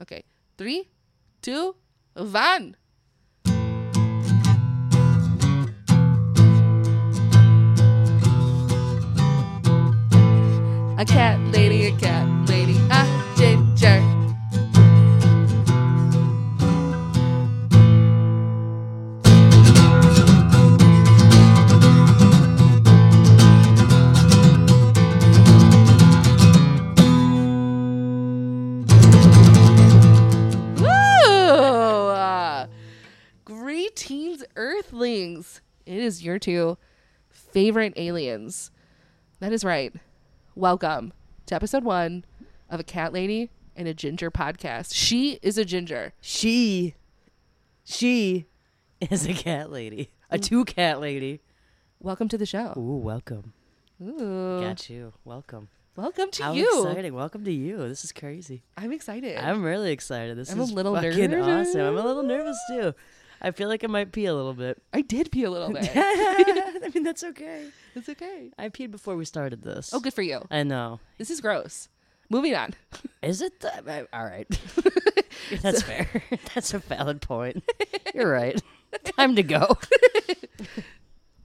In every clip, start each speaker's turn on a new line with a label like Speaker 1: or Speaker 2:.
Speaker 1: Okay. Three, two, one. A cat lady, a cat lady, a ginger. Woo! Uh, Greetings, Earthlings. It is your two favorite aliens. That is right. Welcome to episode one of a cat lady and a ginger podcast. She is a ginger.
Speaker 2: She, she is a cat lady, a two cat lady.
Speaker 1: Welcome to the show.
Speaker 2: Ooh, welcome.
Speaker 1: Ooh.
Speaker 2: Got you. Welcome.
Speaker 1: Welcome to
Speaker 2: How
Speaker 1: you.
Speaker 2: exciting! Welcome to you. This is crazy.
Speaker 1: I'm excited.
Speaker 2: I'm really excited. This
Speaker 1: I'm a
Speaker 2: is
Speaker 1: little
Speaker 2: fucking
Speaker 1: nervous.
Speaker 2: awesome. I'm a little nervous too. I feel like I might pee a little bit.
Speaker 1: I did pee a little bit.
Speaker 2: I mean, that's okay.
Speaker 1: it's okay.
Speaker 2: I peed before we started this.
Speaker 1: Oh, good for you.
Speaker 2: I know.
Speaker 1: This is gross. Moving on.
Speaker 2: Is it? Th- I- all right. That's fair. That's a valid point. You're right. Time to go.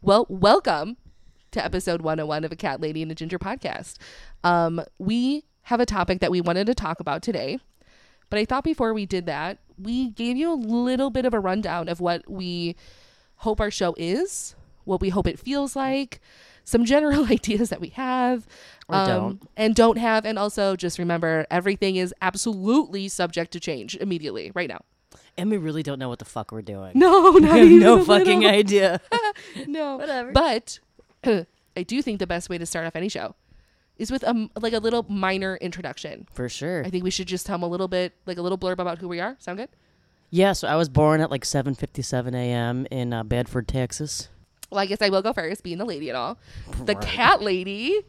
Speaker 1: Well, welcome to episode 101 of a Cat Lady and a Ginger podcast. Um, we have a topic that we wanted to talk about today, but I thought before we did that, we gave you a little bit of a rundown of what we hope our show is, what we hope it feels like, some general ideas that we have um,
Speaker 2: Or don't.
Speaker 1: and don't have, and also just remember everything is absolutely subject to change immediately right now.
Speaker 2: And we really don't know what the fuck we're doing.
Speaker 1: No, not
Speaker 2: I have
Speaker 1: even a
Speaker 2: no
Speaker 1: little.
Speaker 2: fucking idea.
Speaker 1: no
Speaker 2: Whatever.
Speaker 1: but i do think the best way to start off any show is with um like a little minor introduction
Speaker 2: For sure.
Speaker 1: i think we should just tell them a little bit like a little blurb about who we are sound good
Speaker 2: Yeah, so I was born at like 7:57 a.m. in uh, Bedford, Texas.
Speaker 1: well i guess i will go first being the lady and all the cat lady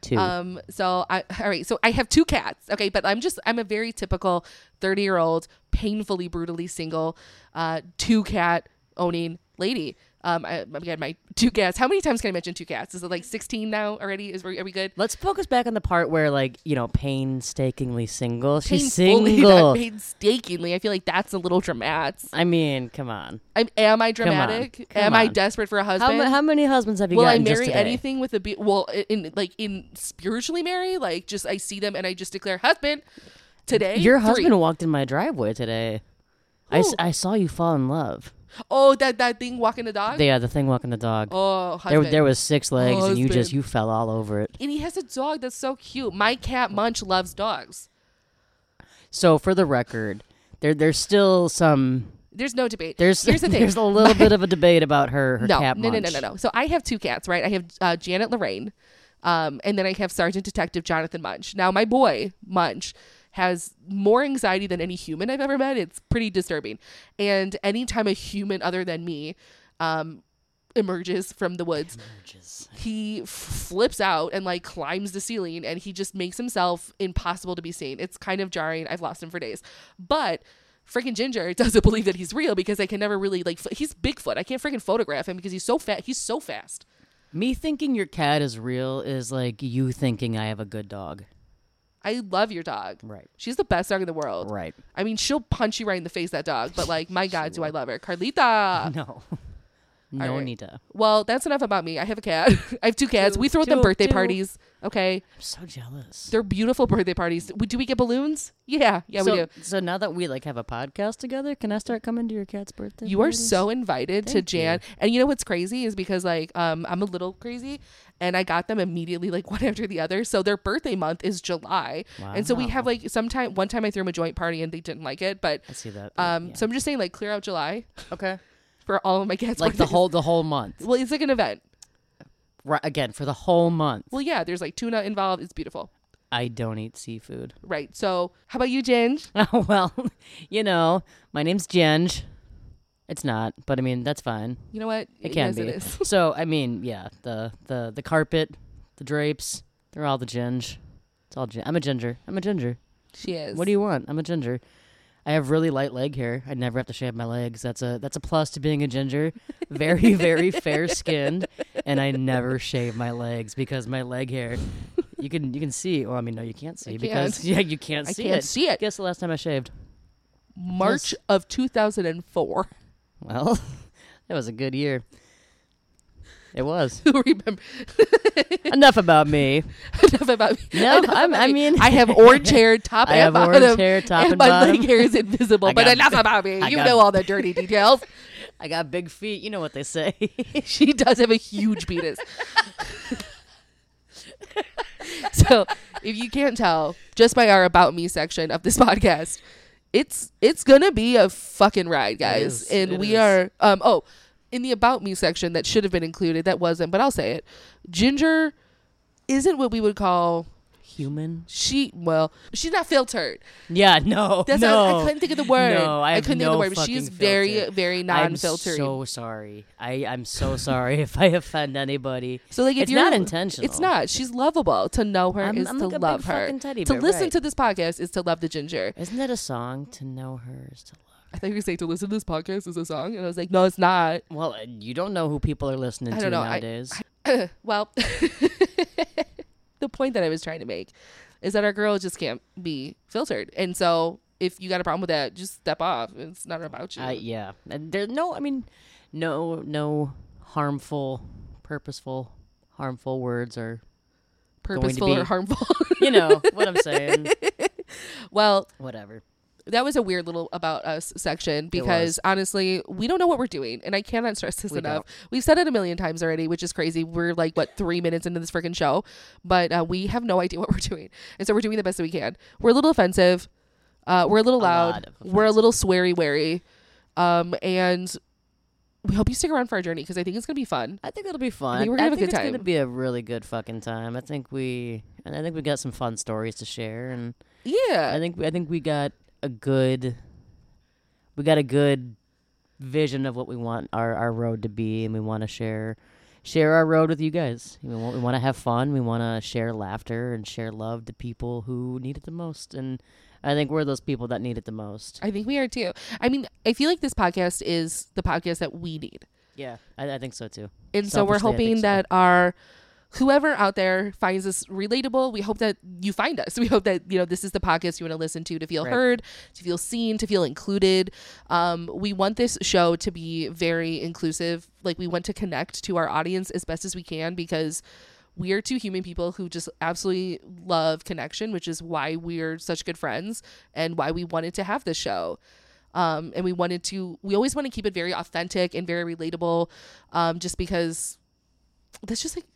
Speaker 2: Two.
Speaker 1: um so i all right so i have two cats okay but i'm just i'm a very typical 30 year old painfully brutally single uh two cat owning lady um I, again my two cats how many times can i mention two cats is it like 16 now already is we- are we good
Speaker 2: Let's focus back on the part where like, you know, painstakingly single. She's
Speaker 1: painfully,
Speaker 2: single.
Speaker 1: not painstakingly. I feel like that's a little dramatic.
Speaker 2: I mean, come on.
Speaker 1: I'm, am I dramatic?
Speaker 2: Come
Speaker 1: am I
Speaker 2: on.
Speaker 1: desperate for a
Speaker 2: How,
Speaker 1: husband?
Speaker 2: ma- how many husbands have you
Speaker 1: Will I
Speaker 2: gotten just
Speaker 1: marry
Speaker 2: today?
Speaker 1: anything with a be- well in, in like in spiritually marry? Like just I see them and I just declare husband today.
Speaker 2: Your
Speaker 1: Three.
Speaker 2: husband walked in my driveway today. I, s-
Speaker 1: Who?
Speaker 2: I saw you fall in love.
Speaker 1: Oh, that that thing walking the dog.
Speaker 2: Yeah, the thing walking the dog.
Speaker 1: oh,
Speaker 2: there
Speaker 1: husband.
Speaker 2: there was six legs and you just
Speaker 1: Husband.
Speaker 2: you fell all over it.
Speaker 1: and he has a dog that's so cute. My cat Munch loves dogs.
Speaker 2: So for the record, there there's still some
Speaker 1: There's no debate.
Speaker 2: there's
Speaker 1: here's the thing.
Speaker 2: there's a little bit of a debate about her her
Speaker 1: no,
Speaker 2: cat
Speaker 1: no, no, no,
Speaker 2: munch.
Speaker 1: no, no. So I have two cats, right? I have uh, Janet Lorraine, um, and then I have Sergeant Detective Jonathan Munch. Now, my boy Munch has more anxiety than any human I've ever met. It's pretty disturbing. And anytime a human other than me um, emerges from the woods, he f- flips out and like climbs the ceiling and he just makes himself impossible to be seen. It's kind of jarring. I've lost him for days. But freaking Ginger doesn't believe that he's real because I can never really like f- he's Bigfoot. I can't freaking photograph him because he's so fat. He's so fast.
Speaker 2: Me thinking your cat is real is like you thinking I have a good dog.
Speaker 1: I love your dog.
Speaker 2: Right.
Speaker 1: She's the best dog in the world.
Speaker 2: Right.
Speaker 1: I mean, she'll punch you right in the face that dog, but like my god, do I love her. Carlita.
Speaker 2: No. No,
Speaker 1: Uh, right.
Speaker 2: Nita.
Speaker 1: Well, that's enough about me. I have a cat. I have two cats.
Speaker 2: Two,
Speaker 1: we throw them
Speaker 2: two,
Speaker 1: birthday
Speaker 2: two.
Speaker 1: parties. Okay.
Speaker 2: I'm so jealous.
Speaker 1: They're beautiful birthday parties. We- Do we get balloons? Yeah. Yeah,
Speaker 2: so,
Speaker 1: we do.
Speaker 2: So now that we like have a podcast together, can I start coming to your cat's birthday?
Speaker 1: You are
Speaker 2: parties?
Speaker 1: so invited to
Speaker 2: Thank you.
Speaker 1: Jan. And you know what's crazy is because like um I'm a little crazy and I got them immediately like one after the other. So their birthday month is July. And so we have like sometime one time I threw them a joint party and they didn't like it, but
Speaker 2: I see that.
Speaker 1: um
Speaker 2: yeah.
Speaker 1: so I'm just saying like clear out July
Speaker 2: okay.
Speaker 1: for all of my cats.
Speaker 2: Like the
Speaker 1: birthdays.
Speaker 2: whole the whole month.
Speaker 1: Well, it's like an event.
Speaker 2: Right again for the whole month.
Speaker 1: Well, yeah, there's like tuna involved. It's beautiful.
Speaker 2: I don't eat seafood.
Speaker 1: Right. So how about you, Ginge?
Speaker 2: Oh well, you know, my name's Jenj. It's not, but I mean that's fine.
Speaker 1: You know what?
Speaker 2: It can
Speaker 1: yes,
Speaker 2: be.
Speaker 1: It is.
Speaker 2: so I mean, yeah, the the the carpet, the drapes, they're all the ginge. It's all gin. I'm a ginger. I'm a ginger.
Speaker 1: She is.
Speaker 2: What do you want? I'm a ginger. I have really light leg hair. I never have to shave my legs. That's a that's a plus to being a ginger. Very very fair skinned, and I never shave my legs because my leg hair You can you can see. Well, I mean, no, you can't see
Speaker 1: can't.
Speaker 2: because yeah, you can't
Speaker 1: I
Speaker 2: see
Speaker 1: can't
Speaker 2: it.
Speaker 1: see it.
Speaker 2: Guess the last time I shaved.
Speaker 1: March
Speaker 2: Yes.
Speaker 1: of 2004.
Speaker 2: Well, that was a good year. It was.
Speaker 1: Who remember
Speaker 2: Enough about me.
Speaker 1: enough about me?
Speaker 2: No,
Speaker 1: Enough
Speaker 2: I'm-
Speaker 1: about
Speaker 2: I
Speaker 1: me.
Speaker 2: mean-
Speaker 1: I have orange hair, top
Speaker 2: I
Speaker 1: and
Speaker 2: have
Speaker 1: bottom,
Speaker 2: orange hair, top and
Speaker 1: my
Speaker 2: bottom.
Speaker 1: leg hair is invisible.
Speaker 2: I
Speaker 1: but
Speaker 2: got-
Speaker 1: enough about me.
Speaker 2: I
Speaker 1: you
Speaker 2: got-
Speaker 1: know all the dirty details.
Speaker 2: I got big feet. You know what they say.
Speaker 1: she does have a huge penis. so if you can't tell, just by our about me section of this podcast, it's it's gonna be a fucking ride, guys.
Speaker 2: is,
Speaker 1: and
Speaker 2: it
Speaker 1: we
Speaker 2: is.
Speaker 1: are um oh in the about me section that should have been included, that wasn't, but I'll say it. Ginger isn't what we would call
Speaker 2: Human.
Speaker 1: she well, she's not filtered.
Speaker 2: Yeah. No.
Speaker 1: That's
Speaker 2: no.
Speaker 1: not, I couldn't think of the word.
Speaker 2: No, I, have
Speaker 1: couldn't
Speaker 2: no
Speaker 1: think of the word. She
Speaker 2: fucking
Speaker 1: is very,
Speaker 2: filter.
Speaker 1: very
Speaker 2: I'm
Speaker 1: non filtering.
Speaker 2: so sorry. I I'm so sorry if I offend anybody.
Speaker 1: So like, if
Speaker 2: It's
Speaker 1: you're
Speaker 2: not intentional.
Speaker 1: it's not. She's lovable. To know her
Speaker 2: I'm-
Speaker 1: is
Speaker 2: I'm
Speaker 1: to
Speaker 2: like a big
Speaker 1: love her.
Speaker 2: fucking teddy
Speaker 1: to
Speaker 2: bear,
Speaker 1: listen
Speaker 2: right.
Speaker 1: to this podcast is to love the ginger.
Speaker 2: Isn't that a song? To know her is to love.
Speaker 1: I thought you were saying to listen to this podcast is a song, and I was like, no, it's not.
Speaker 2: Her. Well, uh, you don't know who people are listening
Speaker 1: I
Speaker 2: to
Speaker 1: don't know. I-
Speaker 2: nowadays.
Speaker 1: Well, the point that I was trying to make is that our girl just can't be filtered, and so if you got a problem with that, just step off. It's not about you.
Speaker 2: I, yeah. And There no. I mean, no no harmful, purposeful, harmful words are. to
Speaker 1: Purposeful or
Speaker 2: be-
Speaker 1: harmful.
Speaker 2: You know what I'm saying.
Speaker 1: well,
Speaker 2: Whatever.
Speaker 1: that was a weird little about us section because
Speaker 2: was.
Speaker 1: honestly, we don't know what we're doing, and I cannot stress this
Speaker 2: We
Speaker 1: enough. We've said it a million times already, which is crazy. We're like what three minutes into this freaking show, but uh, we have no idea what we're doing, and so we're doing the best that we can. We're a little offensive, uh, we're a little
Speaker 2: lot
Speaker 1: loud,
Speaker 2: of
Speaker 1: we're a little sweary wary, um, and we hope you stick around for our journey because I think it's gonna be fun.
Speaker 2: I think it'll be fun.
Speaker 1: we're gonna have a
Speaker 2: think
Speaker 1: good
Speaker 2: it's gonna
Speaker 1: time.
Speaker 2: be a really good fucking time. I think we and I think we got some fun stories to share, and I
Speaker 1: Yeah,
Speaker 2: think I think we got a good we got a good vision of what we want our our road to be, and we want to share share our road with you guys. We want, we want to have fun. We want to share laughter and share love to people who need it the most, and I think we're those people that need it the most.
Speaker 1: I think we are too. I mean, I feel like this podcast is the podcast that we need.
Speaker 2: Yeah, I, I think so too.
Speaker 1: And so we're
Speaker 2: Selfishly, I
Speaker 1: hoping
Speaker 2: think so.
Speaker 1: that our whoever out there finds this relatable, we hope that you find us. We hope that, you know, this is the podcast you want to listen to to feel
Speaker 2: Right.
Speaker 1: heard, to feel seen, to feel included. Um, we want this show to be very inclusive. Like we want to connect to our audience as best as we can because we are two human people who just absolutely love connection, which is why we're such good friends and why we wanted to have this show um, and we wanted to we always want to keep it very authentic and very relatable um, just because that's just like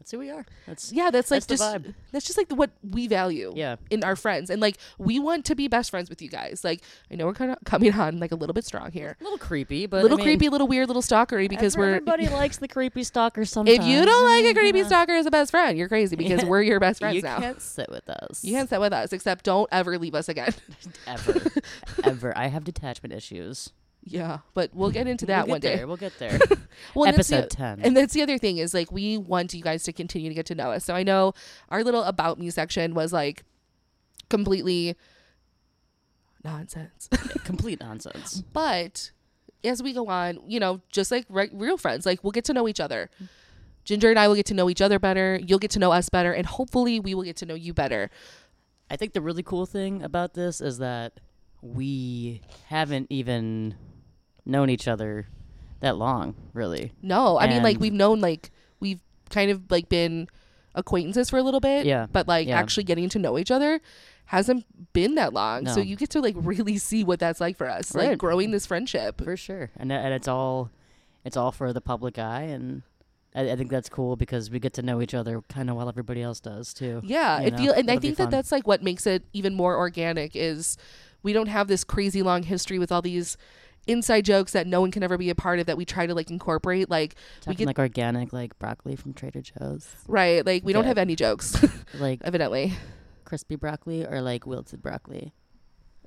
Speaker 2: That's who we are. That's
Speaker 1: yeah that's like
Speaker 2: That's the
Speaker 1: just that's just like what we value
Speaker 2: Yeah.
Speaker 1: in our friends and like we want to be best friends with you guys like i know we're kind of coming on like a little bit strong here
Speaker 2: a little creepy, but I
Speaker 1: little
Speaker 2: mean-
Speaker 1: creepy little weird little stalkery because
Speaker 2: Every-
Speaker 1: we're
Speaker 2: everybody likes the creepy stalker sometimes.
Speaker 1: if you don't like a
Speaker 2: and,
Speaker 1: creepy
Speaker 2: uh,
Speaker 1: stalker as a best friend you're crazy because
Speaker 2: Yeah.
Speaker 1: we're your best friends
Speaker 2: you
Speaker 1: now
Speaker 2: can't sit with us.
Speaker 1: you can't sit with us except don't ever leave us again
Speaker 2: ever, ever. I have detachment issues.
Speaker 1: yeah but we'll get into
Speaker 2: We'll
Speaker 1: that
Speaker 2: get
Speaker 1: one day
Speaker 2: there, We'll get there.
Speaker 1: well, and that's the-
Speaker 2: Episode 10.
Speaker 1: And that's the other thing is like we want you guys to continue to get to know us. So I know our little about me section was like completely nonsense.
Speaker 2: Complete nonsense.
Speaker 1: but as we go on, you know, just like re- real friends, like we'll get to know each other. Ginger and I will get to know each other better. You'll get to know us better, and hopefully, we will get to know you better.
Speaker 2: I think the really cool thing about this is that we haven't even known each other that long, really.
Speaker 1: No, I mean, like
Speaker 2: And-
Speaker 1: we've known, like we've kind of like been acquaintances for a little bit.
Speaker 2: Yeah,
Speaker 1: But like
Speaker 2: yeah.
Speaker 1: actually getting to know each other hasn't been that long. So
Speaker 2: No.
Speaker 1: you get to like really see what that's like for us, like
Speaker 2: Right.
Speaker 1: growing this friendship.
Speaker 2: For sure. And tha- and it's all it's all for the public eye and I, I think that's cool because we get to know each other kind of while everybody else does too.
Speaker 1: Yeah,
Speaker 2: You
Speaker 1: it
Speaker 2: know,
Speaker 1: feel and I
Speaker 2: it'll be
Speaker 1: think that
Speaker 2: fun.
Speaker 1: that's like what makes it even more organic is we don't have this crazy long history with all these inside jokes that no one can ever be a part of that we try to like incorporate like we
Speaker 2: Talking
Speaker 1: get
Speaker 2: like organic, like broccoli from Trader Joe's,
Speaker 1: right like we don't
Speaker 2: Yeah.
Speaker 1: have any jokes
Speaker 2: like
Speaker 1: Uh, evidently
Speaker 2: crispy broccoli or like wilted broccoli.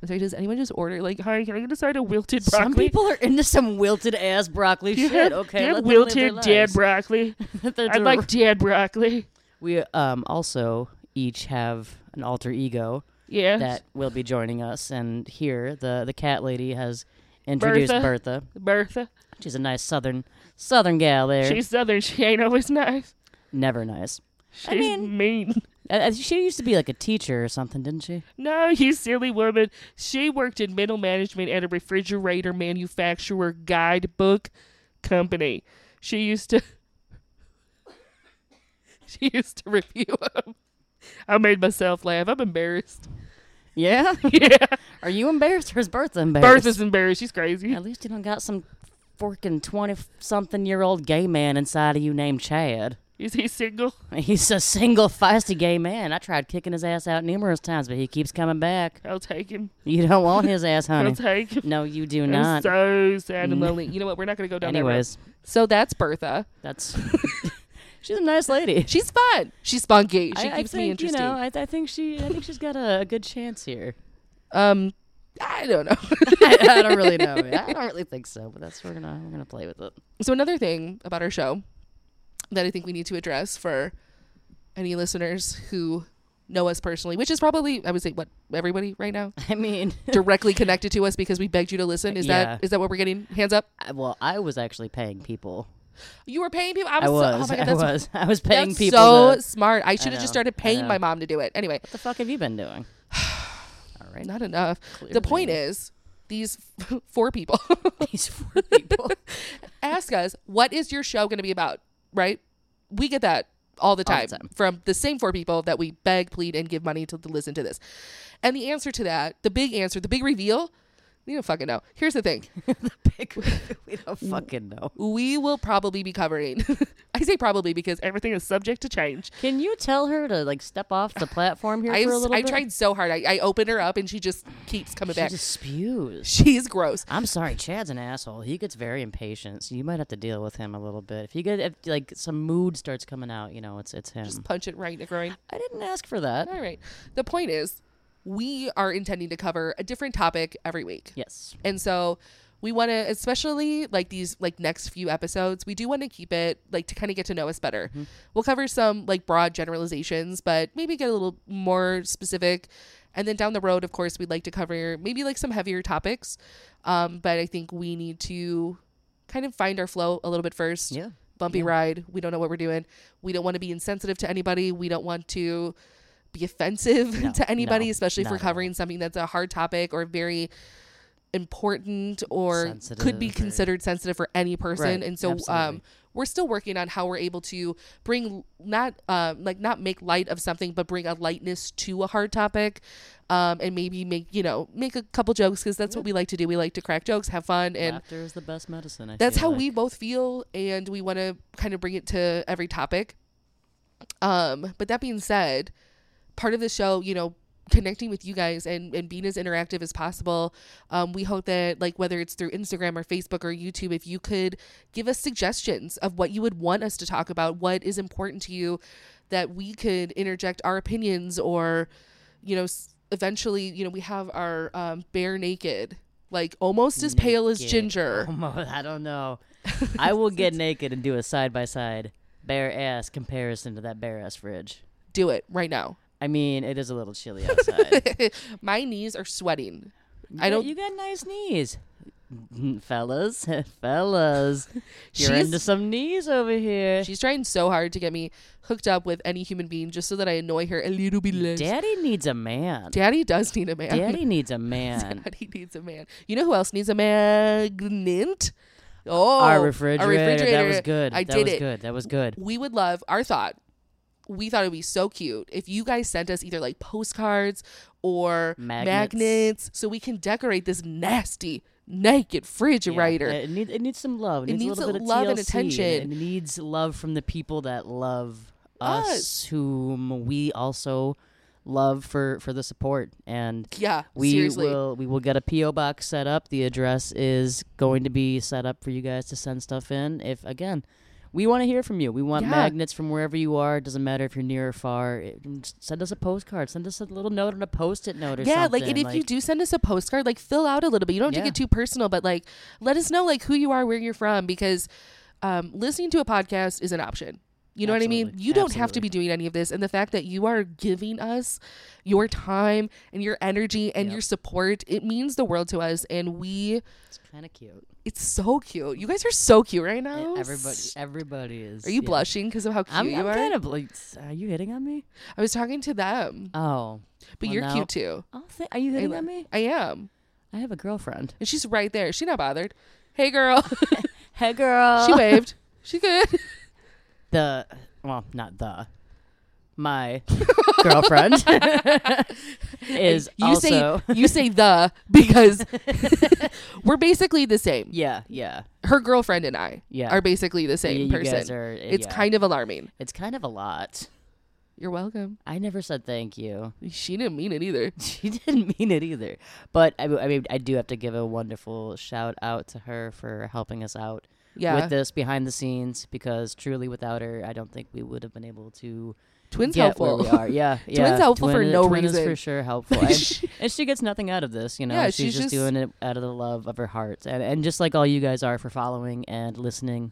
Speaker 1: I'm sorry, does anyone just order like hi can i get a side of wilted broccoli
Speaker 2: Some people are into some wilted ass broccoli shit. okay,
Speaker 3: Dead
Speaker 2: let them live their
Speaker 3: wilted dead
Speaker 2: lives.
Speaker 3: broccoli.
Speaker 2: Let them
Speaker 3: I
Speaker 2: do-
Speaker 3: like dead broccoli.
Speaker 2: we um also each have an alter ego
Speaker 3: Yeah.
Speaker 2: that will be joining us, and here the the cat lady has introduced
Speaker 3: Bertha.
Speaker 2: Bertha.
Speaker 3: Bertha.
Speaker 2: She's a nice southern southern gal there.
Speaker 3: She's southern. She ain't always nice.
Speaker 2: never nice.
Speaker 3: She's
Speaker 2: I mean-
Speaker 3: mean.
Speaker 2: Uh, She used to be like a teacher or something, didn't she?
Speaker 3: No, you silly woman. She worked in middle management at a refrigerator manufacturer guidebook company. She used to She used to review them. I made myself laugh. I'm embarrassed.
Speaker 2: Yeah.
Speaker 3: Yeah.
Speaker 2: Are you embarrassed or is Bertha embarrassed?
Speaker 3: Bertha's embarrassed. She's crazy.
Speaker 2: At least you don't got some freaking 20 something year old gay man inside of you named Chad.
Speaker 3: Is he single?
Speaker 2: He's a single, feisty gay man. I tried kicking his ass out numerous times, but he keeps coming back.
Speaker 3: I'll take him.
Speaker 2: You don't want his ass,
Speaker 3: I'll
Speaker 2: honey.
Speaker 3: take him.
Speaker 2: No, you do
Speaker 3: I'm
Speaker 2: not.
Speaker 3: so sad and lonely. You know what? We're not going to go down
Speaker 2: Anyways,
Speaker 1: So that's Bertha.
Speaker 2: that's. she's a nice lady.
Speaker 1: She's fun. She's spunky. She
Speaker 2: I,
Speaker 1: keeps
Speaker 2: I think,
Speaker 1: me interested.
Speaker 2: You know, I, I think she. I think she's got a, a good chance here.
Speaker 1: um, I don't know.
Speaker 2: I, I don't really know. I don't really think so. But that's we're gonna we're gonna play with it.
Speaker 1: so another thing about our show that I think we need to address for any listeners who know us personally, which is probably I would say what everybody right now
Speaker 2: I mean,
Speaker 1: directly connected to us because we begged you to listen. Is
Speaker 2: Yeah.
Speaker 1: that is that what we're getting? Hands up.
Speaker 2: I- well, I was actually paying people.
Speaker 1: You were paying people. I was.
Speaker 2: I
Speaker 1: so,
Speaker 2: was.
Speaker 1: oh my God,
Speaker 2: I
Speaker 1: that's,
Speaker 2: was. I was paying
Speaker 1: that's
Speaker 2: people.
Speaker 1: so
Speaker 2: to-
Speaker 1: smart. I should
Speaker 2: know,
Speaker 1: have just started
Speaker 2: I
Speaker 1: paying
Speaker 2: know.
Speaker 1: my mom to do it. Anyway,
Speaker 2: what the fuck have you been doing? All right.
Speaker 1: not enough. The point
Speaker 2: Clearly.
Speaker 1: is, these four people
Speaker 2: These four people.
Speaker 1: ask us, "What is your show going to be about?" Right? We get that all the
Speaker 2: All
Speaker 1: time,
Speaker 2: the time.
Speaker 1: from the same four people that we beg, plead, and give money to, to listen to this. And the answer to that, the big answer, the big reveal, you don't fucking know. Here's the thing:
Speaker 2: Pick- we don't fucking know.
Speaker 1: we will probably be covering. I say probably because
Speaker 3: Everything is subject to change.
Speaker 2: Can you tell her to like step off the platform here
Speaker 1: I,
Speaker 2: for a little
Speaker 1: I
Speaker 2: bit?
Speaker 1: tried so hard. I, I opened her up and she just keeps coming
Speaker 2: She
Speaker 1: back.
Speaker 2: just spews.
Speaker 1: She's gross.
Speaker 2: I'm sorry, Chad's an asshole. He gets very impatient, so you might have to deal with him a little bit. If you get if, like some mood starts coming out, you know it's it's him.
Speaker 1: Just punch it right in the groin.
Speaker 2: I didn't ask for that.
Speaker 1: All right. The point is, we are intending to cover a different topic every week.
Speaker 2: Yes.
Speaker 1: And so we want to, especially like these like next few episodes, we do want to keep it like to kind of get to know us better.
Speaker 2: Mm-hmm.
Speaker 1: We'll cover some like broad generalizations, but maybe get a little more specific. And then down the road, of course, we'd like to cover maybe like some heavier topics. Um, but I think we need to kind of find our flow a little bit first.
Speaker 2: Yeah.
Speaker 1: Bumpy
Speaker 2: Yeah.
Speaker 1: ride. We don't know what we're doing. We don't want to be insensitive to anybody. We don't want to be offensive
Speaker 2: No,
Speaker 1: to anybody,
Speaker 2: no,
Speaker 1: especially if
Speaker 2: not
Speaker 1: we're
Speaker 2: at all.
Speaker 1: covering something that's a hard topic or very important or could be
Speaker 2: Sensitive or-
Speaker 1: considered sensitive for any person
Speaker 2: Right,
Speaker 1: and so um
Speaker 2: absolutely.
Speaker 1: we're still working on how we're able to bring not um like not make light of something but bring a lightness to a hard topic um and maybe make you know make a couple jokes because that's what we like to do we like to crack jokes have fun and
Speaker 2: Laughter is the best medicine. I
Speaker 1: that's
Speaker 2: feel
Speaker 1: how
Speaker 2: like.
Speaker 1: we both feel and we want to kind of bring it to every topic um but that being said part of the show you know connecting with you guys and and being as interactive as possible um we hope that like whether it's through instagram or facebook or youtube if you could give us suggestions of what you would want us to talk about what is important to you that we could interject our opinions or you know s- eventually you know we have our um bare naked like almost as pale as
Speaker 2: Naked.
Speaker 1: ginger
Speaker 2: Almost, Oh, I don't know. I will get naked and do a side by side bare ass comparison to that bare ass fridge.
Speaker 1: do it right now.
Speaker 2: I mean, it is a little chilly outside.
Speaker 1: My knees are sweating.
Speaker 2: You
Speaker 1: I
Speaker 2: got-
Speaker 1: don't.
Speaker 2: You got nice knees, Mm-hmm, fellas, fellas. You're
Speaker 1: She's-
Speaker 2: into some knees over here.
Speaker 1: she's trying so hard to get me hooked up with any human being just so that I annoy her a little bit less.
Speaker 2: Daddy needs a man.
Speaker 1: Daddy does need a man.
Speaker 2: Daddy needs a man.
Speaker 1: Daddy needs a man. You know who else needs a magnet? Oh,
Speaker 2: Our refrigerator. That was
Speaker 1: refrigerator.
Speaker 2: good.
Speaker 1: I
Speaker 2: that
Speaker 1: did
Speaker 2: was
Speaker 1: it.
Speaker 2: good. That was good.
Speaker 1: We would love our thought. We thought it would be so cute if you guys sent us either like postcards or magnets,
Speaker 2: Magnets.
Speaker 1: so we can decorate this nasty naked fridge
Speaker 2: Yeah.
Speaker 1: writer.
Speaker 2: It, needs, it needs some love. It,
Speaker 1: It
Speaker 2: needs, a
Speaker 1: needs
Speaker 2: little
Speaker 1: a
Speaker 2: bit of
Speaker 1: love and
Speaker 2: TLC,
Speaker 1: attention.
Speaker 2: It needs love from the people that love us,
Speaker 1: Us.
Speaker 2: whom we also love for for the support and.
Speaker 1: yeah,
Speaker 2: We
Speaker 1: seriously.
Speaker 2: will we will get a PO box set up. The address is going to be set up for you guys to send stuff in. If again, we want to hear from you. We want
Speaker 1: Yeah.
Speaker 2: magnets from wherever you are. It doesn't matter if you're near or far. It- just send us a postcard. Send us a little note on a post-it note or
Speaker 1: yeah
Speaker 2: something.
Speaker 1: like and if you do send us a postcard like fill out a little bit you don't have to
Speaker 2: Yeah.
Speaker 1: get too personal but like let us know like who you are where you're from because um, listening to a podcast is an option You know what I mean?
Speaker 2: Absolutely.
Speaker 1: You don't have to be doing any of this. And the fact that you are giving us your time and your energy and
Speaker 2: Yep.
Speaker 1: your support, it means the world to us. And we,
Speaker 2: It's kind of cute.
Speaker 1: it's so cute. You guys are so cute right
Speaker 2: Yeah,
Speaker 1: now.
Speaker 2: Everybody, everybody is.
Speaker 1: Oh, Are you
Speaker 2: yeah.
Speaker 1: blushing because of how cute
Speaker 2: I'm,
Speaker 1: you
Speaker 2: I'm
Speaker 1: are?
Speaker 2: kind of like, are you hitting on me?
Speaker 1: I was talking to them,
Speaker 2: Oh,
Speaker 1: but
Speaker 2: well,
Speaker 1: you're
Speaker 2: now-
Speaker 1: cute too.
Speaker 2: I'll thi- are you hitting
Speaker 1: Ayla.
Speaker 2: on me?
Speaker 1: I am.
Speaker 2: I have a girlfriend.
Speaker 1: And she's right there. She not bothered. Hey, girl.
Speaker 2: Hey, girl.
Speaker 1: she waved. She good.
Speaker 2: the well, not the my girlfriend is
Speaker 1: You
Speaker 2: also
Speaker 1: say you say the because we're basically the same.
Speaker 2: yeah yeah
Speaker 1: Her girlfriend and I
Speaker 2: yeah.
Speaker 1: are basically the
Speaker 2: you,
Speaker 1: same
Speaker 2: you
Speaker 1: person.
Speaker 2: guys are,
Speaker 1: it's
Speaker 2: yeah.
Speaker 1: kind of alarming.
Speaker 2: it's kind of a lot.
Speaker 1: You're welcome.
Speaker 2: I never said thank you.
Speaker 1: She didn't mean it either.
Speaker 2: She didn't mean it either. But I, I mean, I do have to give a wonderful shout out to her for helping us out
Speaker 1: Yeah.
Speaker 2: with this behind the scenes because truly without her, I don't think we would have been able to
Speaker 1: Twins
Speaker 2: get
Speaker 1: helpful.
Speaker 2: where we are. Yeah, yeah.
Speaker 1: helpful for
Speaker 2: Twin-
Speaker 1: no
Speaker 2: twin Is
Speaker 1: reason.
Speaker 2: for sure helpful, and, and she gets nothing out of this. You know,
Speaker 1: Yeah,
Speaker 2: she's,
Speaker 1: she's
Speaker 2: just,
Speaker 1: just-
Speaker 2: doing it out of the love of her heart, and and just like all you guys are for following and listening,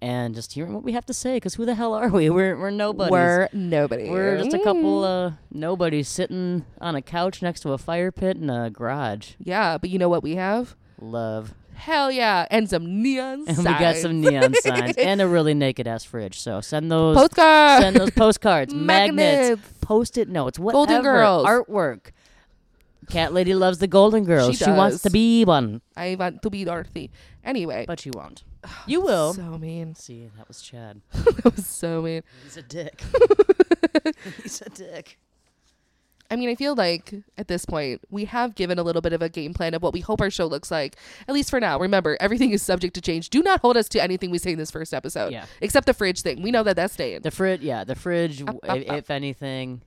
Speaker 2: and just hearing what we have to say. Because who the hell are we? We're we're nobodies.
Speaker 1: We're nobody.
Speaker 2: We're just a couple
Speaker 1: Mm.
Speaker 2: uh nobodies sitting on a couch next to a fire pit in a garage.
Speaker 1: Yeah, but you know what we have?
Speaker 2: Love.
Speaker 1: Hell yeah, and some neon
Speaker 2: And
Speaker 1: signs.
Speaker 2: we got some neon signs and a really naked ass fridge. So send those
Speaker 1: postcards,
Speaker 2: send those postcards, magnets,
Speaker 1: magnets.
Speaker 2: post-it notes, whatever,
Speaker 1: Golden Girls.
Speaker 2: artwork. Cat lady loves the Golden Girls.
Speaker 1: She
Speaker 2: She, wants
Speaker 1: does.
Speaker 2: to be one,
Speaker 1: I want to be Dorothy. Anyway,
Speaker 2: but she won't. You will.
Speaker 1: so mean.
Speaker 2: See, that was Chad.
Speaker 1: That was so mean.
Speaker 2: He's a dick. He's a dick.
Speaker 1: I mean, I feel like at this point we have given a little bit of a game plan of what we hope our show looks like, at least for now. Remember, everything is subject to change. Do not hold us to anything we say in this first episode,
Speaker 2: Yeah.
Speaker 1: except the fridge thing. We know that that's staying.
Speaker 2: The fridge, yeah, the fridge. w
Speaker 1: bop,
Speaker 2: if,
Speaker 1: bop.
Speaker 2: if anything,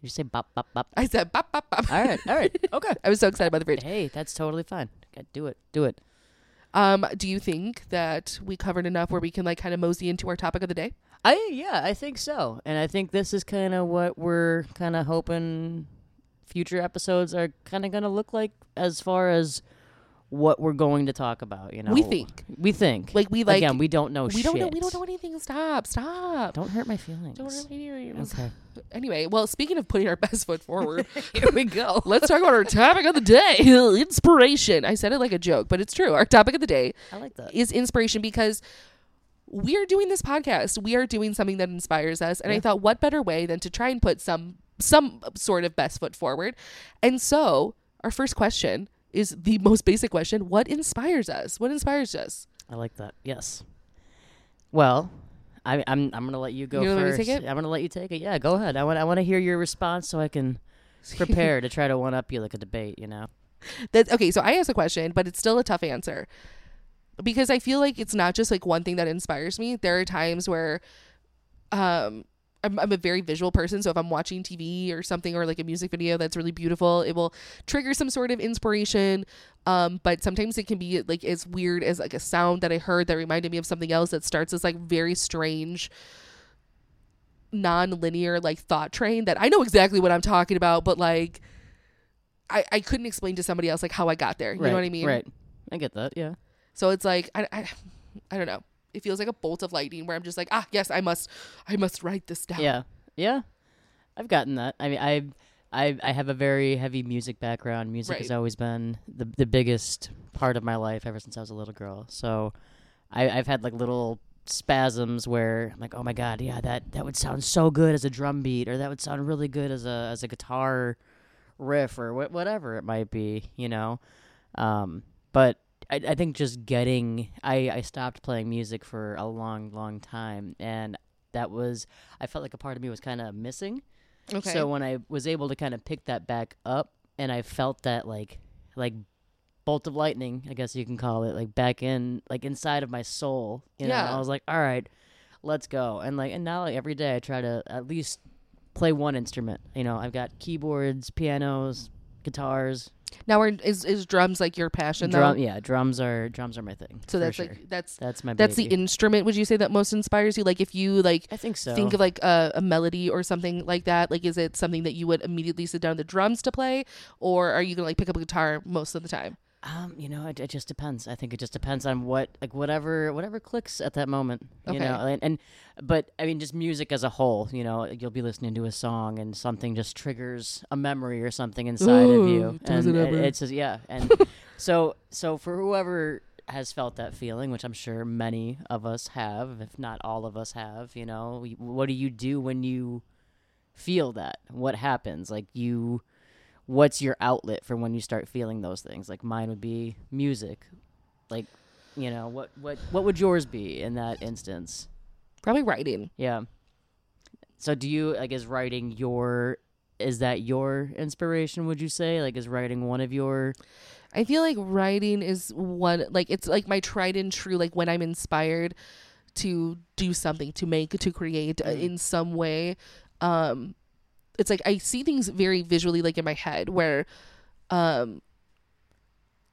Speaker 2: you say bop bop bop.
Speaker 1: I said, bop, bop, bop.
Speaker 2: All right, all right, okay.
Speaker 1: I was so excited about the fridge.
Speaker 2: Hey, that's totally fine. Okay, do it, do it.
Speaker 1: Um, do you think that we covered enough where we can like kind of mosey into our topic of the day?
Speaker 2: I yeah, I think so, and I think this is kind of what we're kind of hoping future episodes are kind of going to look like as far as what we're going to talk about. You know,
Speaker 1: We think.
Speaker 2: we think
Speaker 1: Like, we, like-
Speaker 2: again, we don't know.
Speaker 1: we
Speaker 2: shit.
Speaker 1: don't know. We don't know anything. Stop. Stop.
Speaker 2: Don't hurt my feelings.
Speaker 1: Don't hurt my feelings.
Speaker 2: Okay,
Speaker 1: Anyway, well, speaking of putting our best foot forward,
Speaker 2: here we go.
Speaker 1: let's talk about our topic of the day inspiration. I said it like a joke, but it's true. Our topic of the day
Speaker 2: I like that.
Speaker 1: is inspiration because we are doing this podcast. We are doing something that inspires us. And I
Speaker 2: Yeah.
Speaker 1: thought what better way than to try and put some some sort of best foot forward. And so our first question is the most basic question. What inspires us? What inspires us?
Speaker 2: I like that. Yes. Well, I, I'm I'm gonna let you go
Speaker 1: You want me to
Speaker 2: first.
Speaker 1: take it?
Speaker 2: I'm gonna let you take it. Yeah, go ahead. I want I want to hear your response so I can prepare to try to one up you like a debate. You know.
Speaker 1: That's okay, so I asked a question, but it's still a tough answer. Because I feel like it's not just like one thing that inspires me. There are times where um I'm, I'm a very visual person so if i'm watching tv or something or like a music video that's really beautiful it will trigger some sort of inspiration um but sometimes it can be like as weird as like a sound that i heard that reminded me of something else that starts this like very strange non-linear like thought train that i know exactly what i'm talking about but like i i couldn't explain to somebody else like how i got there you
Speaker 2: right,
Speaker 1: know what i mean
Speaker 2: Right. I get that. Yeah.
Speaker 1: so it's like I, I, I don't know. It feels like a bolt of lightning where I'm just like, ah, yes, I must, I must write this down.
Speaker 2: Yeah. Yeah. I've gotten that. I mean, I I I have a very heavy music background. Music has
Speaker 1: Right.
Speaker 2: always been the the biggest part of my life ever since I was a little girl. So I I've had like little spasms where I'm like, "Oh my god, yeah, that that would sound so good as a drum beat or that would sound really good as a as a guitar riff or wh- whatever it might be, you know." Um, but I, I think just getting, I, I stopped playing music for a long, long time. And that was, I felt like a part of me was kind of missing.
Speaker 1: Okay.
Speaker 2: So when I was able to kind of pick that back up and I felt that like, like, bolt of lightning, I guess you can call it, like back in, like inside of my soul. You know, and
Speaker 1: Yeah.
Speaker 2: I was like, all right, let's go. And like, and now like every day I try to at least play one instrument. You know, I've got keyboards, pianos, guitars,
Speaker 1: now, are, is is drums like your passion
Speaker 2: Drum,
Speaker 1: though?
Speaker 2: yeah, drums are drums are my thing.
Speaker 1: So
Speaker 2: for
Speaker 1: that's
Speaker 2: sure.
Speaker 1: like that's
Speaker 2: that's my
Speaker 1: that's the
Speaker 2: baby.
Speaker 1: instrument. Would you say that most inspires you? Like if you like
Speaker 2: I think so.
Speaker 1: think of like a, a melody or something like that, like is it something that you would immediately sit down the drums to play, or are you gonna like pick up a guitar most of the time?
Speaker 2: Um, you know, it, it just depends. I think it just depends on what, like, whatever, whatever clicks at that moment. You
Speaker 1: Okay.
Speaker 2: know, and, and but I mean, just music as a whole. You know, you'll be listening to a song and something just triggers a memory or something inside of
Speaker 1: Ooh,
Speaker 2: you,
Speaker 1: does
Speaker 2: and
Speaker 1: it ever.
Speaker 2: it's just, yeah. And so, so for whoever has felt that feeling, which I'm sure many of us have, if not all of us have, you know, y- what do you do when you feel that? What happens? Like you what's your outlet for when you start feeling those things like mine would be music like you know what what what would yours be in that instance
Speaker 1: Probably writing.
Speaker 2: yeah so do you like is writing your is that your inspiration would you say like is writing one of your
Speaker 1: I feel like writing is one like it's like my tried and true like when I'm inspired to do something to make to create uh, in some way um it's like I see things very visually like in my head where um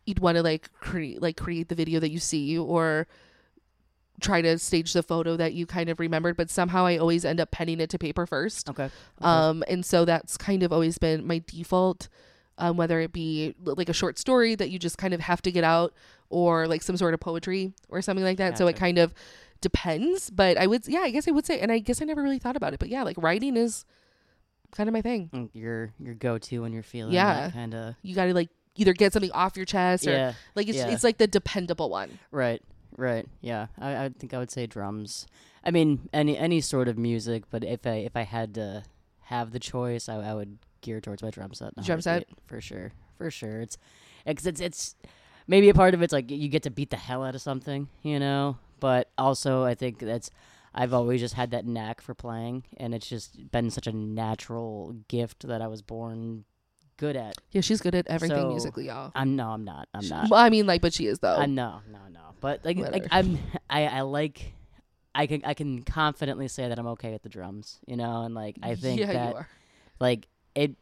Speaker 1: you'd want to like create like create the video that you see or try to stage the photo that you kind of remembered but somehow I always end up penning it to paper first
Speaker 2: okay
Speaker 1: um, and so that's kind of always been my default, um, whether it be l- like a short story that you just kind of have to get out or like some sort of poetry or something like that. So it
Speaker 2: Gotcha.
Speaker 1: kind of depends, but I would, yeah, I guess I would say, and I guess I never really thought about it, but yeah, like writing is kind of my thing.
Speaker 2: mm, your your go-to when you're feeling
Speaker 1: Yeah.
Speaker 2: that kind of
Speaker 1: You got to like either get something off your chest or
Speaker 2: yeah
Speaker 1: like, it's,
Speaker 2: yeah.
Speaker 1: it's like the dependable one.
Speaker 2: Right, right. Yeah, I, I think I would say drums. I mean, any any sort of music, but if I if I had to have the choice, I, I would gear towards my drum set. in a
Speaker 1: Drum set?
Speaker 2: heartbeat, for sure, for sure. It's because it's it's maybe a part of it's like you get to beat the hell out of something, you know. But also, I think that's I've always just had that knack for playing, and it's just been such a natural gift that I was born good at.
Speaker 1: Yeah. She's good at everything
Speaker 2: So-
Speaker 1: musically, y'all.
Speaker 2: I'm no, I'm not. I'm not.
Speaker 1: Well, I mean, like, but she is though.
Speaker 2: I no, no, no. But like, like
Speaker 1: Oh. Whatever.
Speaker 2: I'm, I, I like, I can, I can confidently say that I'm okay at the drums, you know, and like I think
Speaker 1: yeah,
Speaker 2: that
Speaker 1: you are.
Speaker 2: like it,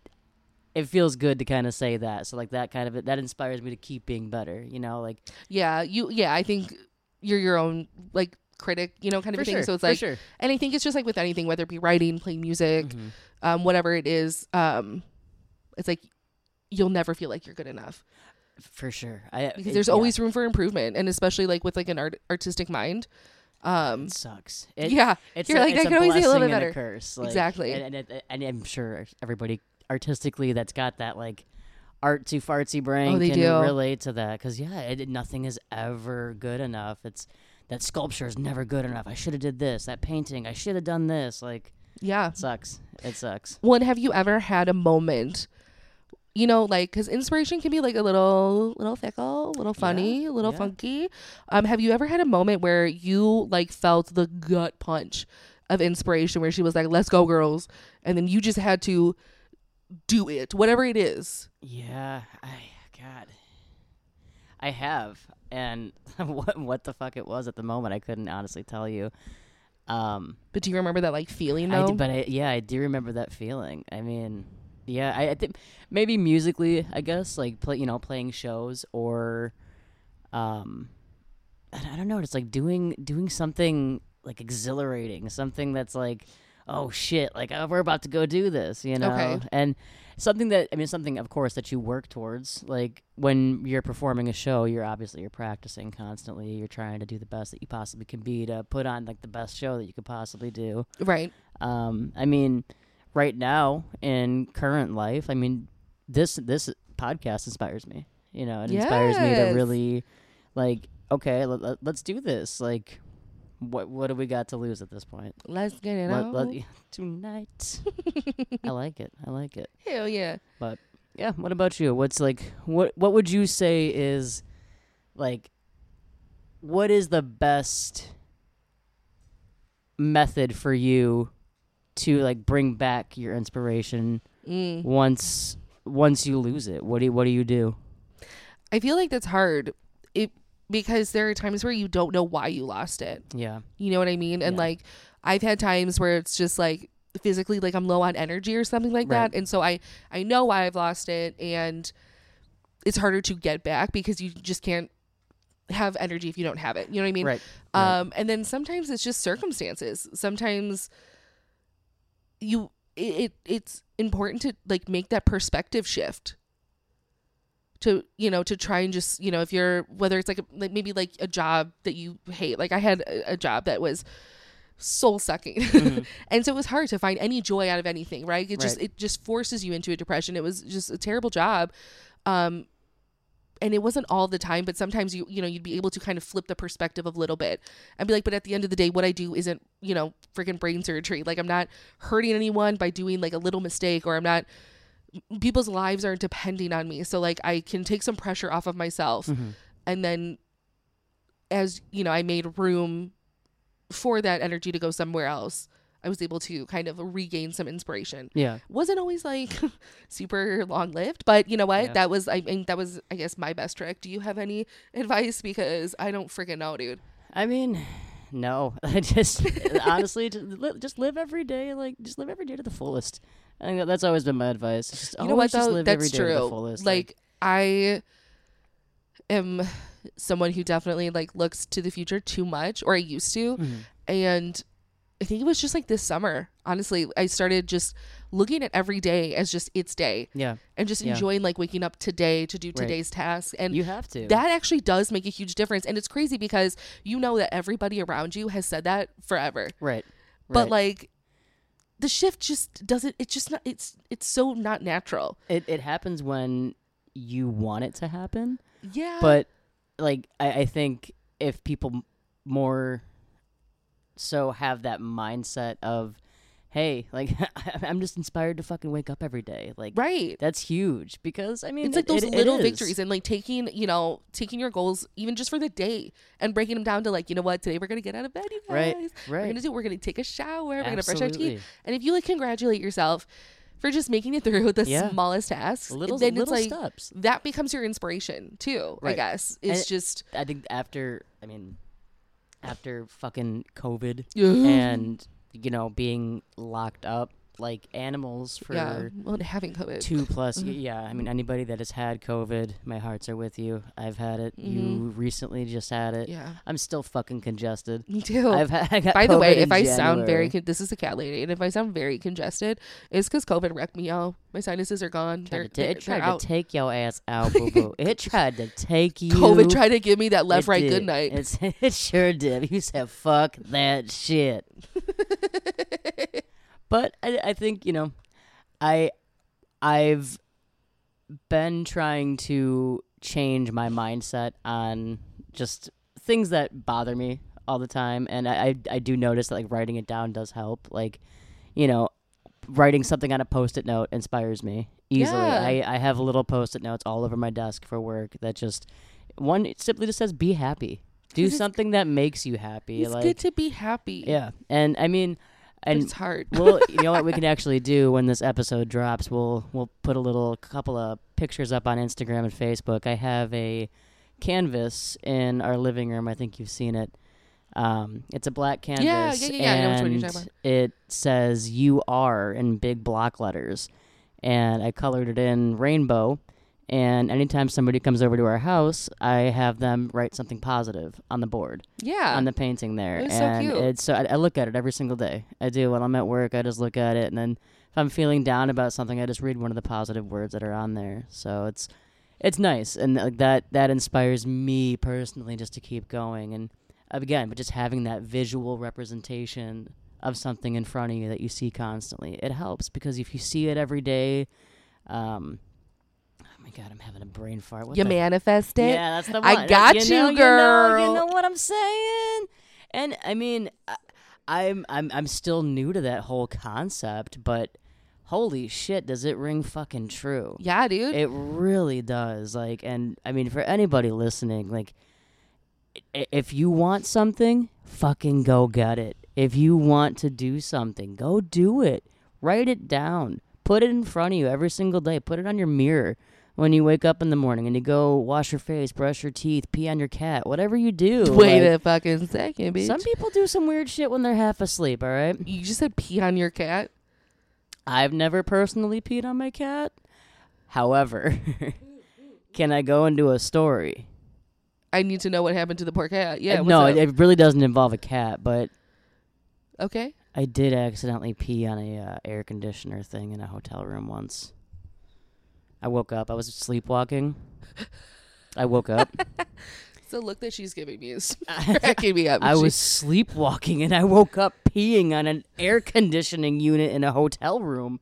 Speaker 2: it feels good to kind of say that. So like that kind of that inspires me to keep being better, you know, like
Speaker 1: Yeah, you. Yeah, I think you're your own like critic, you know, kind of a thing. So it's
Speaker 2: for
Speaker 1: like,
Speaker 2: sure.
Speaker 1: and I think it's just like with anything, whether it be writing, playing music,
Speaker 2: Mhm.
Speaker 1: um, whatever it is, um, it's like you'll never feel like you're good enough
Speaker 2: for sure. I
Speaker 1: because
Speaker 2: Uh, it-
Speaker 1: there's
Speaker 2: yeah,
Speaker 1: always room for improvement, and especially like with like an art- artistic mind. Um,
Speaker 2: it sucks. It,
Speaker 1: yeah,
Speaker 2: it's
Speaker 1: you're
Speaker 2: a,
Speaker 1: like,
Speaker 2: it's
Speaker 1: I
Speaker 2: a
Speaker 1: can always do a little
Speaker 2: blessing
Speaker 1: bit
Speaker 2: and a
Speaker 1: better.
Speaker 2: curse, like,
Speaker 1: Exactly.
Speaker 2: and, and, it- and I'm sure everybody artistically that's got that like artsy fartsy brain
Speaker 1: Oh, they
Speaker 2: can
Speaker 1: do.
Speaker 2: relate to that because yeah, it, nothing is ever good enough. It's that sculpture is never good enough. I should have did this. That painting, I should have done this. Like
Speaker 1: yeah.
Speaker 2: it sucks. It sucks.
Speaker 1: One, have you ever had a moment? You know, like, because inspiration can be like a little, little fickle, a little funny, a little
Speaker 2: yeah.
Speaker 1: funky. Um, have you ever had a moment where you like felt the gut punch of inspiration, where she was like, "Let's go, girls," and then you just had to do it, whatever it is.
Speaker 2: Yeah, I God, I have, and what what the fuck it was at the moment, I couldn't honestly tell you. Um,
Speaker 1: But do you remember that like feeling
Speaker 2: I
Speaker 1: though?
Speaker 2: d- but I, yeah, I do remember that feeling. I mean, yeah, I, I think maybe musically, I guess, like play, you know, playing shows or, um, I d- I don't know. It's like doing doing something like exhilarating, something that's like, oh shit, like oh, we're about to go do this, you know,
Speaker 1: Okay.
Speaker 2: and something that I mean, something of course that you work towards. Like when you're performing a show, you're obviously you're practicing constantly. You're trying to do the best that you possibly can be to put on like the best show that you could possibly do.
Speaker 1: right.
Speaker 2: Um, I mean, right now in current life, I mean, this this podcast inspires me. You know, it inspires me
Speaker 1: Yes.
Speaker 2: to really like okay, let, let, let's do this. Like, what what do we got to lose at this point?
Speaker 1: Let's get it
Speaker 2: Let-
Speaker 1: out.
Speaker 2: let- tonight, I like it. I like it.
Speaker 1: Hell yeah.
Speaker 2: Yeah. What about you? What's like what what would you say is like what is the best method for you to like bring back your inspiration
Speaker 1: Mm.
Speaker 2: once once you lose it? What do you, what do you do?
Speaker 1: I feel like that's hard. It because there are times where you don't know why you lost it.
Speaker 2: Yeah.
Speaker 1: You know what I mean? And
Speaker 2: Yeah.
Speaker 1: like I've had times where it's just like physically like I'm low on energy or something like
Speaker 2: Right.
Speaker 1: that. And so I I know why I've lost it and it's harder to get back because you just can't have energy if you don't have it. You know what I mean?
Speaker 2: right. right.
Speaker 1: Um, and then sometimes it's just circumstances. Sometimes you it, it it's important to like make that perspective shift to you know to try and just you know if you're whether it's like, a, like maybe like a job that you hate like i had a, a job that was soul sucking and so it was hard to find any joy out of anything right it just
Speaker 2: Right.
Speaker 1: it just forces you into a depression it was just a terrible job um and it wasn't all the time but sometimes you you know you'd be able to kind of flip the perspective a little bit and be like but at the end of the day what i do isn't you know freaking brain surgery like i'm not hurting anyone by doing like a little mistake or i'm not people's lives aren't depending on me so like i can take some pressure off of myself
Speaker 2: Mm. Mm-hmm.
Speaker 1: and then as you know i made room for that energy to go somewhere else i was able to kind of regain some inspiration
Speaker 2: Yeah.
Speaker 1: wasn't always like super long lived, but you know what?
Speaker 2: Yeah.
Speaker 1: That was I mean that was I guess my best trick. Do you have any advice? Because I don't freaking know, dude.
Speaker 2: I mean, no. just honestly, just, li- just live every day. Like, just live every day to the fullest. I think that- that's always been my advice. Just
Speaker 1: You know what
Speaker 2: always just
Speaker 1: though?
Speaker 2: live
Speaker 1: That's
Speaker 2: every day to the
Speaker 1: true.
Speaker 2: fullest.
Speaker 1: Like I am someone who definitely like looks to the future too much, or I used to,
Speaker 2: Mm-hmm.
Speaker 1: and I think it was just like this summer. Honestly, I started just looking at every day as just its day,
Speaker 2: yeah,
Speaker 1: and just
Speaker 2: Yeah.
Speaker 1: enjoying like waking up today to do today's tasks and
Speaker 2: you have to.
Speaker 1: That actually does make a huge difference. And it's crazy because you know that everybody around you has said that forever.
Speaker 2: right.
Speaker 1: But
Speaker 2: right.
Speaker 1: like the shift just doesn't it's just not it's it's so not natural.
Speaker 2: it, it happens when you want it to happen.
Speaker 1: Yeah.
Speaker 2: but like I, I think if people m- more so have that mindset of hey like i'm just inspired to fucking wake up every day like
Speaker 1: right.
Speaker 2: that's huge because i mean
Speaker 1: It's like
Speaker 2: it-
Speaker 1: those
Speaker 2: it- it
Speaker 1: little
Speaker 2: is.
Speaker 1: victories and like taking, you know, taking your goals even just for the day and breaking them down to like, you know what, today we're gonna get out of bed, you guys.
Speaker 2: Right,
Speaker 1: We're
Speaker 2: right.
Speaker 1: gonna do we're gonna take a shower, we're gonna brush our
Speaker 2: Absolutely.
Speaker 1: teeth. And if you like congratulate yourself for just making it through the
Speaker 2: Yeah.
Speaker 1: smallest tasks,
Speaker 2: little
Speaker 1: then
Speaker 2: little
Speaker 1: it's like
Speaker 2: steps
Speaker 1: that becomes your inspiration too, I
Speaker 2: Right.
Speaker 1: guess. It's
Speaker 2: And-
Speaker 1: just
Speaker 2: i think after i mean after fucking covid
Speaker 1: yeah.
Speaker 2: and you know being locked up like animals for
Speaker 1: Well, and having COVID.
Speaker 2: two plus
Speaker 1: Mm-hmm.
Speaker 2: y- yeah i mean anybody that has had covid my hearts are with you i've had it you recently just had it
Speaker 1: Mm-hmm. Yeah.
Speaker 2: i'm still fucking congested
Speaker 1: Me too.
Speaker 2: i've had I got
Speaker 1: By the way,
Speaker 2: COVID
Speaker 1: if
Speaker 2: in
Speaker 1: I sound very
Speaker 2: January.
Speaker 1: con- this is a cat lady, and if I sound very congested, it's because COVID wrecked me. Y'all, my sinuses are gone.
Speaker 2: Tried
Speaker 1: They're,
Speaker 2: to ta-
Speaker 1: they're,
Speaker 2: it tried
Speaker 1: they're
Speaker 2: to
Speaker 1: out.
Speaker 2: take your ass out boo boo it tried to take you
Speaker 1: COVID tried to give me that left,
Speaker 2: It
Speaker 1: right,
Speaker 2: did.
Speaker 1: good night.
Speaker 2: It's, it sure did. You said, fuck that shit. but I, I think, you know, I I've been trying to change my mindset on just things that bother me all the time. And I, I, I do notice that like writing it down does help. Like, you know, writing something on a post-it note inspires me easily.
Speaker 1: Yeah.
Speaker 2: I, I have little post-it notes all over my desk for work that just one it simply just says be happy. Do
Speaker 1: It's-
Speaker 2: something that makes you happy.
Speaker 1: It's
Speaker 2: Like
Speaker 1: good to be happy.
Speaker 2: yeah, and I mean,
Speaker 1: but
Speaker 2: and
Speaker 1: it's hard.
Speaker 2: well, you know what we can actually do when this episode drops? We'll we'll put a little couple of pictures up on Instagram and Facebook. I have a canvas in our living room. I think you've seen it. Um, it's a black canvas,
Speaker 1: yeah, yeah, yeah, I know which one
Speaker 2: and
Speaker 1: you're talking about.
Speaker 2: it says "You Are" in big block letters, and I colored it in rainbow. And anytime somebody comes over to our house, I have them write something positive on the board
Speaker 1: yeah,
Speaker 2: on the painting there,
Speaker 1: It was so
Speaker 2: and
Speaker 1: cute.
Speaker 2: it's so I, I look at it every single day. I do when I'm at work. I just look at it, and then if I'm feeling down about something, I just read one of the positive words that are on there. So it's it's nice, and like that that inspires me personally just to keep going. And again, but just having that visual representation of something in front of you that you see constantly, it helps because if you see it every day, um, oh my god, I'm having a brain fart. What
Speaker 1: you
Speaker 2: the
Speaker 1: manifest it.
Speaker 2: yeah, that's the one.
Speaker 1: I
Speaker 2: Like,
Speaker 1: got you,
Speaker 2: know, You know,
Speaker 1: girl.
Speaker 2: you know what I'm saying? And I mean, I, I'm I'm I'm still new to that whole concept, but holy shit, does it ring fucking true?
Speaker 1: Yeah, dude.
Speaker 2: It really does. Like, and I mean, for anybody listening, like, i- if you want something, fucking go get it. If you want to do something, go do it. Write it down. Put it in front of you every single day. Put it on your mirror when you wake up in the morning and you go wash your face, brush your teeth, pee on your cat, whatever you do.
Speaker 1: Wait
Speaker 2: like,
Speaker 1: a fucking second, bitch.
Speaker 2: Some people do some weird shit when they're half asleep, all right?
Speaker 1: you just said pee on your cat.
Speaker 2: I've never personally peed on my cat. However, can I go into a story?
Speaker 1: I need to know what happened to the poor cat. Yeah.
Speaker 2: Uh,
Speaker 1: what's
Speaker 2: no,
Speaker 1: up?
Speaker 2: it, it really doesn't involve a cat, but
Speaker 1: okay.
Speaker 2: I did accidentally pee on a uh, air conditioner thing in a hotel room once. I woke up. I was sleepwalking. I woke up.
Speaker 1: So look that she's giving me is cracking me up.
Speaker 2: I
Speaker 1: She-
Speaker 2: was sleepwalking and I woke up peeing on an air conditioning unit in a hotel room.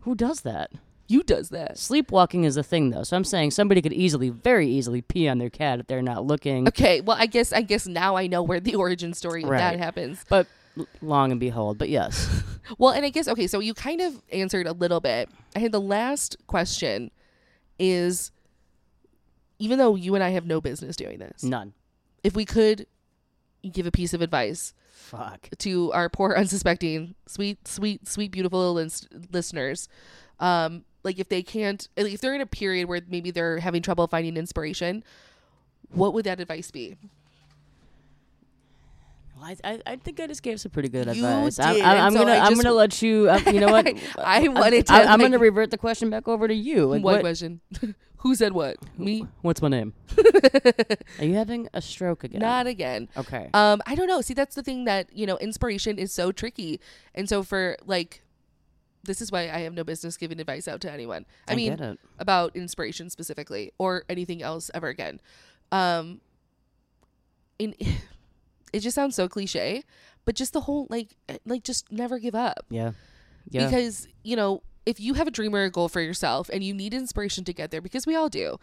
Speaker 2: Who does that?
Speaker 1: you does that.
Speaker 2: Sleepwalking is a thing though. So I'm saying somebody could easily, very easily pee on their cat if they're not looking.
Speaker 1: Okay, well I guess I guess now I know where the origin story of that
Speaker 2: Right.
Speaker 1: happens.
Speaker 2: But l- long and behold, but yes.
Speaker 1: Well, and I guess okay, so you kind of answered a little bit. I had the last question is even though you and I have no business doing this,
Speaker 2: None.
Speaker 1: if we could give a piece of advice
Speaker 2: Fuck.
Speaker 1: to our poor unsuspecting sweet sweet sweet beautiful list- listeners um like if they can't if they're in a period where maybe they're having trouble finding inspiration what would that advice be
Speaker 2: Well, I, I, I think I just gave some pretty good
Speaker 1: You
Speaker 2: advice.
Speaker 1: did,
Speaker 2: I'm, I'm, I'm
Speaker 1: and so
Speaker 2: gonna
Speaker 1: I
Speaker 2: I'm
Speaker 1: just-
Speaker 2: gonna let you. Um, you know what?
Speaker 1: I wanted to,
Speaker 2: I, am
Speaker 1: like-
Speaker 2: gonna revert the question back over to you. Like,
Speaker 1: one
Speaker 2: what-
Speaker 1: question who said what me
Speaker 2: What's my name? Are you having a stroke again?
Speaker 1: not again
Speaker 2: okay.
Speaker 1: um i don't know see that's the thing that you know inspiration is so tricky and so for like this is why i have no business giving advice out to anyone i, mean
Speaker 2: get it.
Speaker 1: about inspiration specifically or anything else ever again. Um in it just sounds so cliche, but just the whole like eh, like just never give up.
Speaker 2: yeah, yeah.
Speaker 1: Because, you know, if you have a dream or a goal for yourself and you need inspiration to get there because we all do.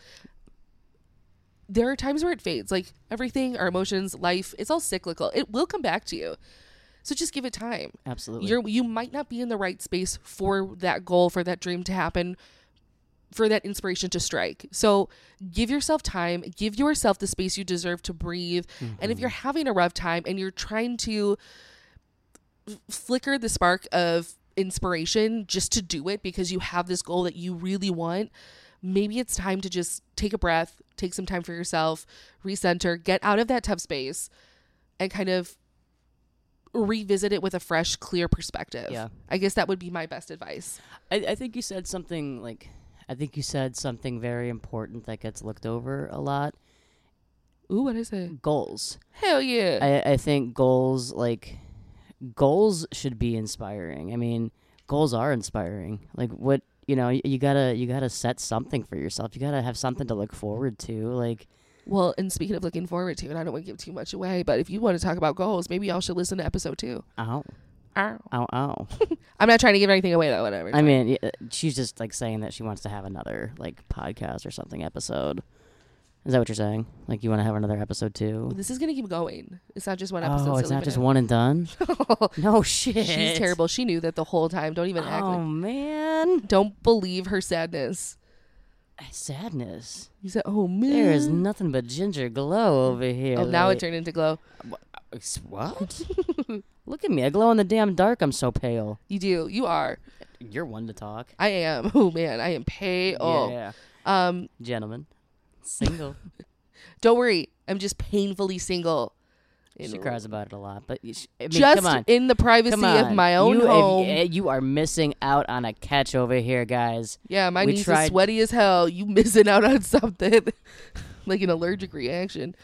Speaker 1: There are times where it fades, like everything, our emotions, life, it's all cyclical. It will come back to you. So just give it time
Speaker 2: Absolutely.
Speaker 1: you're you might not be in the right space for that goal for that dream to happen for that inspiration to strike so give yourself time give yourself the space you deserve to breathe and if you're having a rough time and you're trying to f- flicker the spark of inspiration just to do it because you have this goal that you really want maybe it's time to just take a breath take some time for yourself recenter get out of that tough space and kind of revisit it with a fresh, clear perspective.
Speaker 2: Yeah.
Speaker 1: I guess that would be my best advice.
Speaker 2: I, I think you said something like, I think you said something very important that gets looked over a lot.
Speaker 1: Ooh, what is it?
Speaker 2: Goals.
Speaker 1: Hell yeah.
Speaker 2: I, I think goals like goals should be inspiring. I mean, goals are inspiring. Like what you know, you, you gotta you gotta set something for yourself. You gotta have something to look forward to. Like
Speaker 1: well, and speaking of looking forward to, and I don't want to give too much away, but if you want to talk about goals, maybe y'all should listen to episode two.
Speaker 2: ow,
Speaker 1: Ow.
Speaker 2: ow, ow.
Speaker 1: I'm not trying to give anything away though, whatever.
Speaker 2: I mean, y- uh, she's just like saying that she wants to have another like podcast or something episode. Is that what you're saying? Like you want to have another episode too?
Speaker 1: this is gonna keep going. It's not just one episode.
Speaker 2: Oh,
Speaker 1: so
Speaker 2: it's not
Speaker 1: leave it
Speaker 2: just
Speaker 1: in.
Speaker 2: one and done. No shit.
Speaker 1: She's terrible. She knew that the whole time. Don't even act
Speaker 2: Oh
Speaker 1: like
Speaker 2: man,
Speaker 1: don't believe her sadness.
Speaker 2: sadness.
Speaker 1: You said, Oh man.
Speaker 2: There is nothing but ginger glow over here.
Speaker 1: Oh now it
Speaker 2: like-
Speaker 1: turned into glow.
Speaker 2: Ex- What? Look at me. I glow in the damn dark. I'm so pale.
Speaker 1: You do. You are.
Speaker 2: You're one to talk.
Speaker 1: I am. Oh man, I am pale.
Speaker 2: Yeah.
Speaker 1: Um
Speaker 2: Gentlemen. Single.
Speaker 1: Don't worry, I'm just painfully single.
Speaker 2: she
Speaker 1: In-
Speaker 2: cries about it a lot, but you sh- I mean,
Speaker 1: just
Speaker 2: come on.
Speaker 1: in the privacy
Speaker 2: Come on.
Speaker 1: of my own
Speaker 2: you, if-
Speaker 1: home.
Speaker 2: eh, you are missing out on a catch over here, guys.
Speaker 1: yeah, my
Speaker 2: we
Speaker 1: knees are
Speaker 2: tried-
Speaker 1: sweaty as hell. You missing out on something, like an allergic reaction.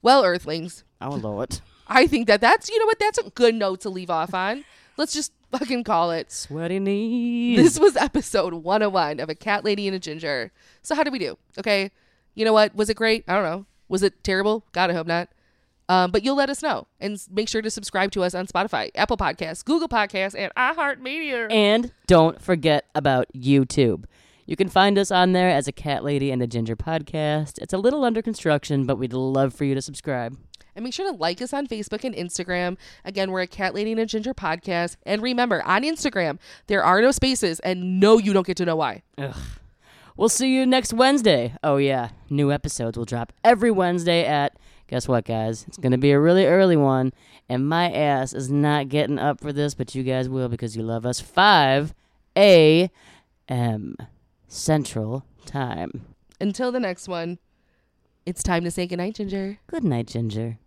Speaker 1: Well, Earthlings,
Speaker 2: Oh, Lord.
Speaker 1: I think that that's you know what that's a good note to leave off on. Let's just fucking call it.
Speaker 2: Sweaty knees.
Speaker 1: This was episode 101 of a cat lady and a ginger. So how did we do? Okay, you know what? Was it great? I don't know. Was it terrible? God, I hope not. Um, but you'll let us know and s- make sure to subscribe to us on Spotify, Apple Podcasts, Google Podcasts, and iHeartMedia.
Speaker 2: And don't forget about YouTube. You can find us on there as a Cat Lady and a Ginger podcast. It's a little under construction, but we'd love for you to subscribe.
Speaker 1: And make sure to like us on Facebook and Instagram. Again, we're a Cat Lady and a Ginger podcast. And remember, on Instagram, there are no spaces, and no, you don't get to know why.
Speaker 2: We'll see you next Wednesday. Oh, yeah. New episodes will drop every Wednesday at, guess what, guys? It's going to be a really early one. And my ass is not getting up for this, but you guys will because you love us. 5 a.m. Central Time.
Speaker 1: Until the next one, it's time to say goodnight, Ginger.
Speaker 2: Good night, Ginger.